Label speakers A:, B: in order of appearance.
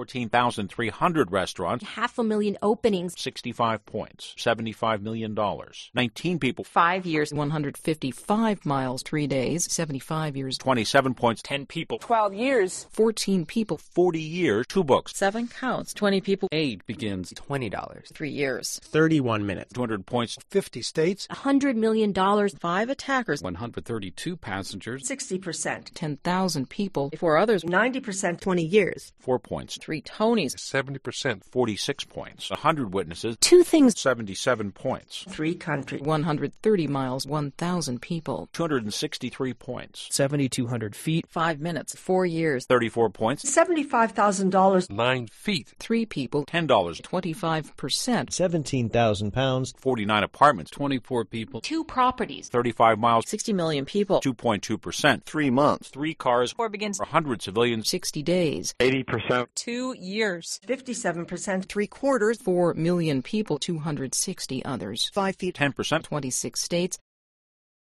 A: 14,300 restaurants,
B: half a million openings,
A: 65 points, $75 million. 19 people,
C: Five years, 155 miles, three days, 75 years,
A: 27 points,
D: 10 people,
E: 12 years.
C: 14 people,
A: 40 years, two books,
F: Seven counts, 20 people,
D: aid begins,
G: $20,
F: three years.
G: 31 minutes,
A: 200 points,
H: 50 states,
B: $100 million,
F: Five attackers,
D: 132 passengers,
E: 60%.
C: 10,000 people,
F: four others,
E: 90%.
I: 20 years.
A: four points,
F: three Tonys,
H: 70%,
A: 46 points, 100 witnesses,
I: Two things.
A: 77 points,
E: Three countries.
C: 130 miles, 1,000 people,
A: 263 points,
G: 7,200 feet,
F: five minutes, four years,
A: 34 points,
E: $75,000.
H: 9 feet,
C: three people,
A: $10,
C: 25%,
J: 17,000 pounds,
A: 49 apartments,
D: 24 people,
B: two properties,
A: 35 miles,
F: 60 million people,
A: 2.2%,
J: three months,
A: three cars,
F: four begins,
A: 100 civilians,
C: 60 days,
J: 80%,
F: two years,
E: 57%.
I: Three quarters.
C: 4 million people, 260 others,
I: Five feet.
A: 10%,
C: 26 states,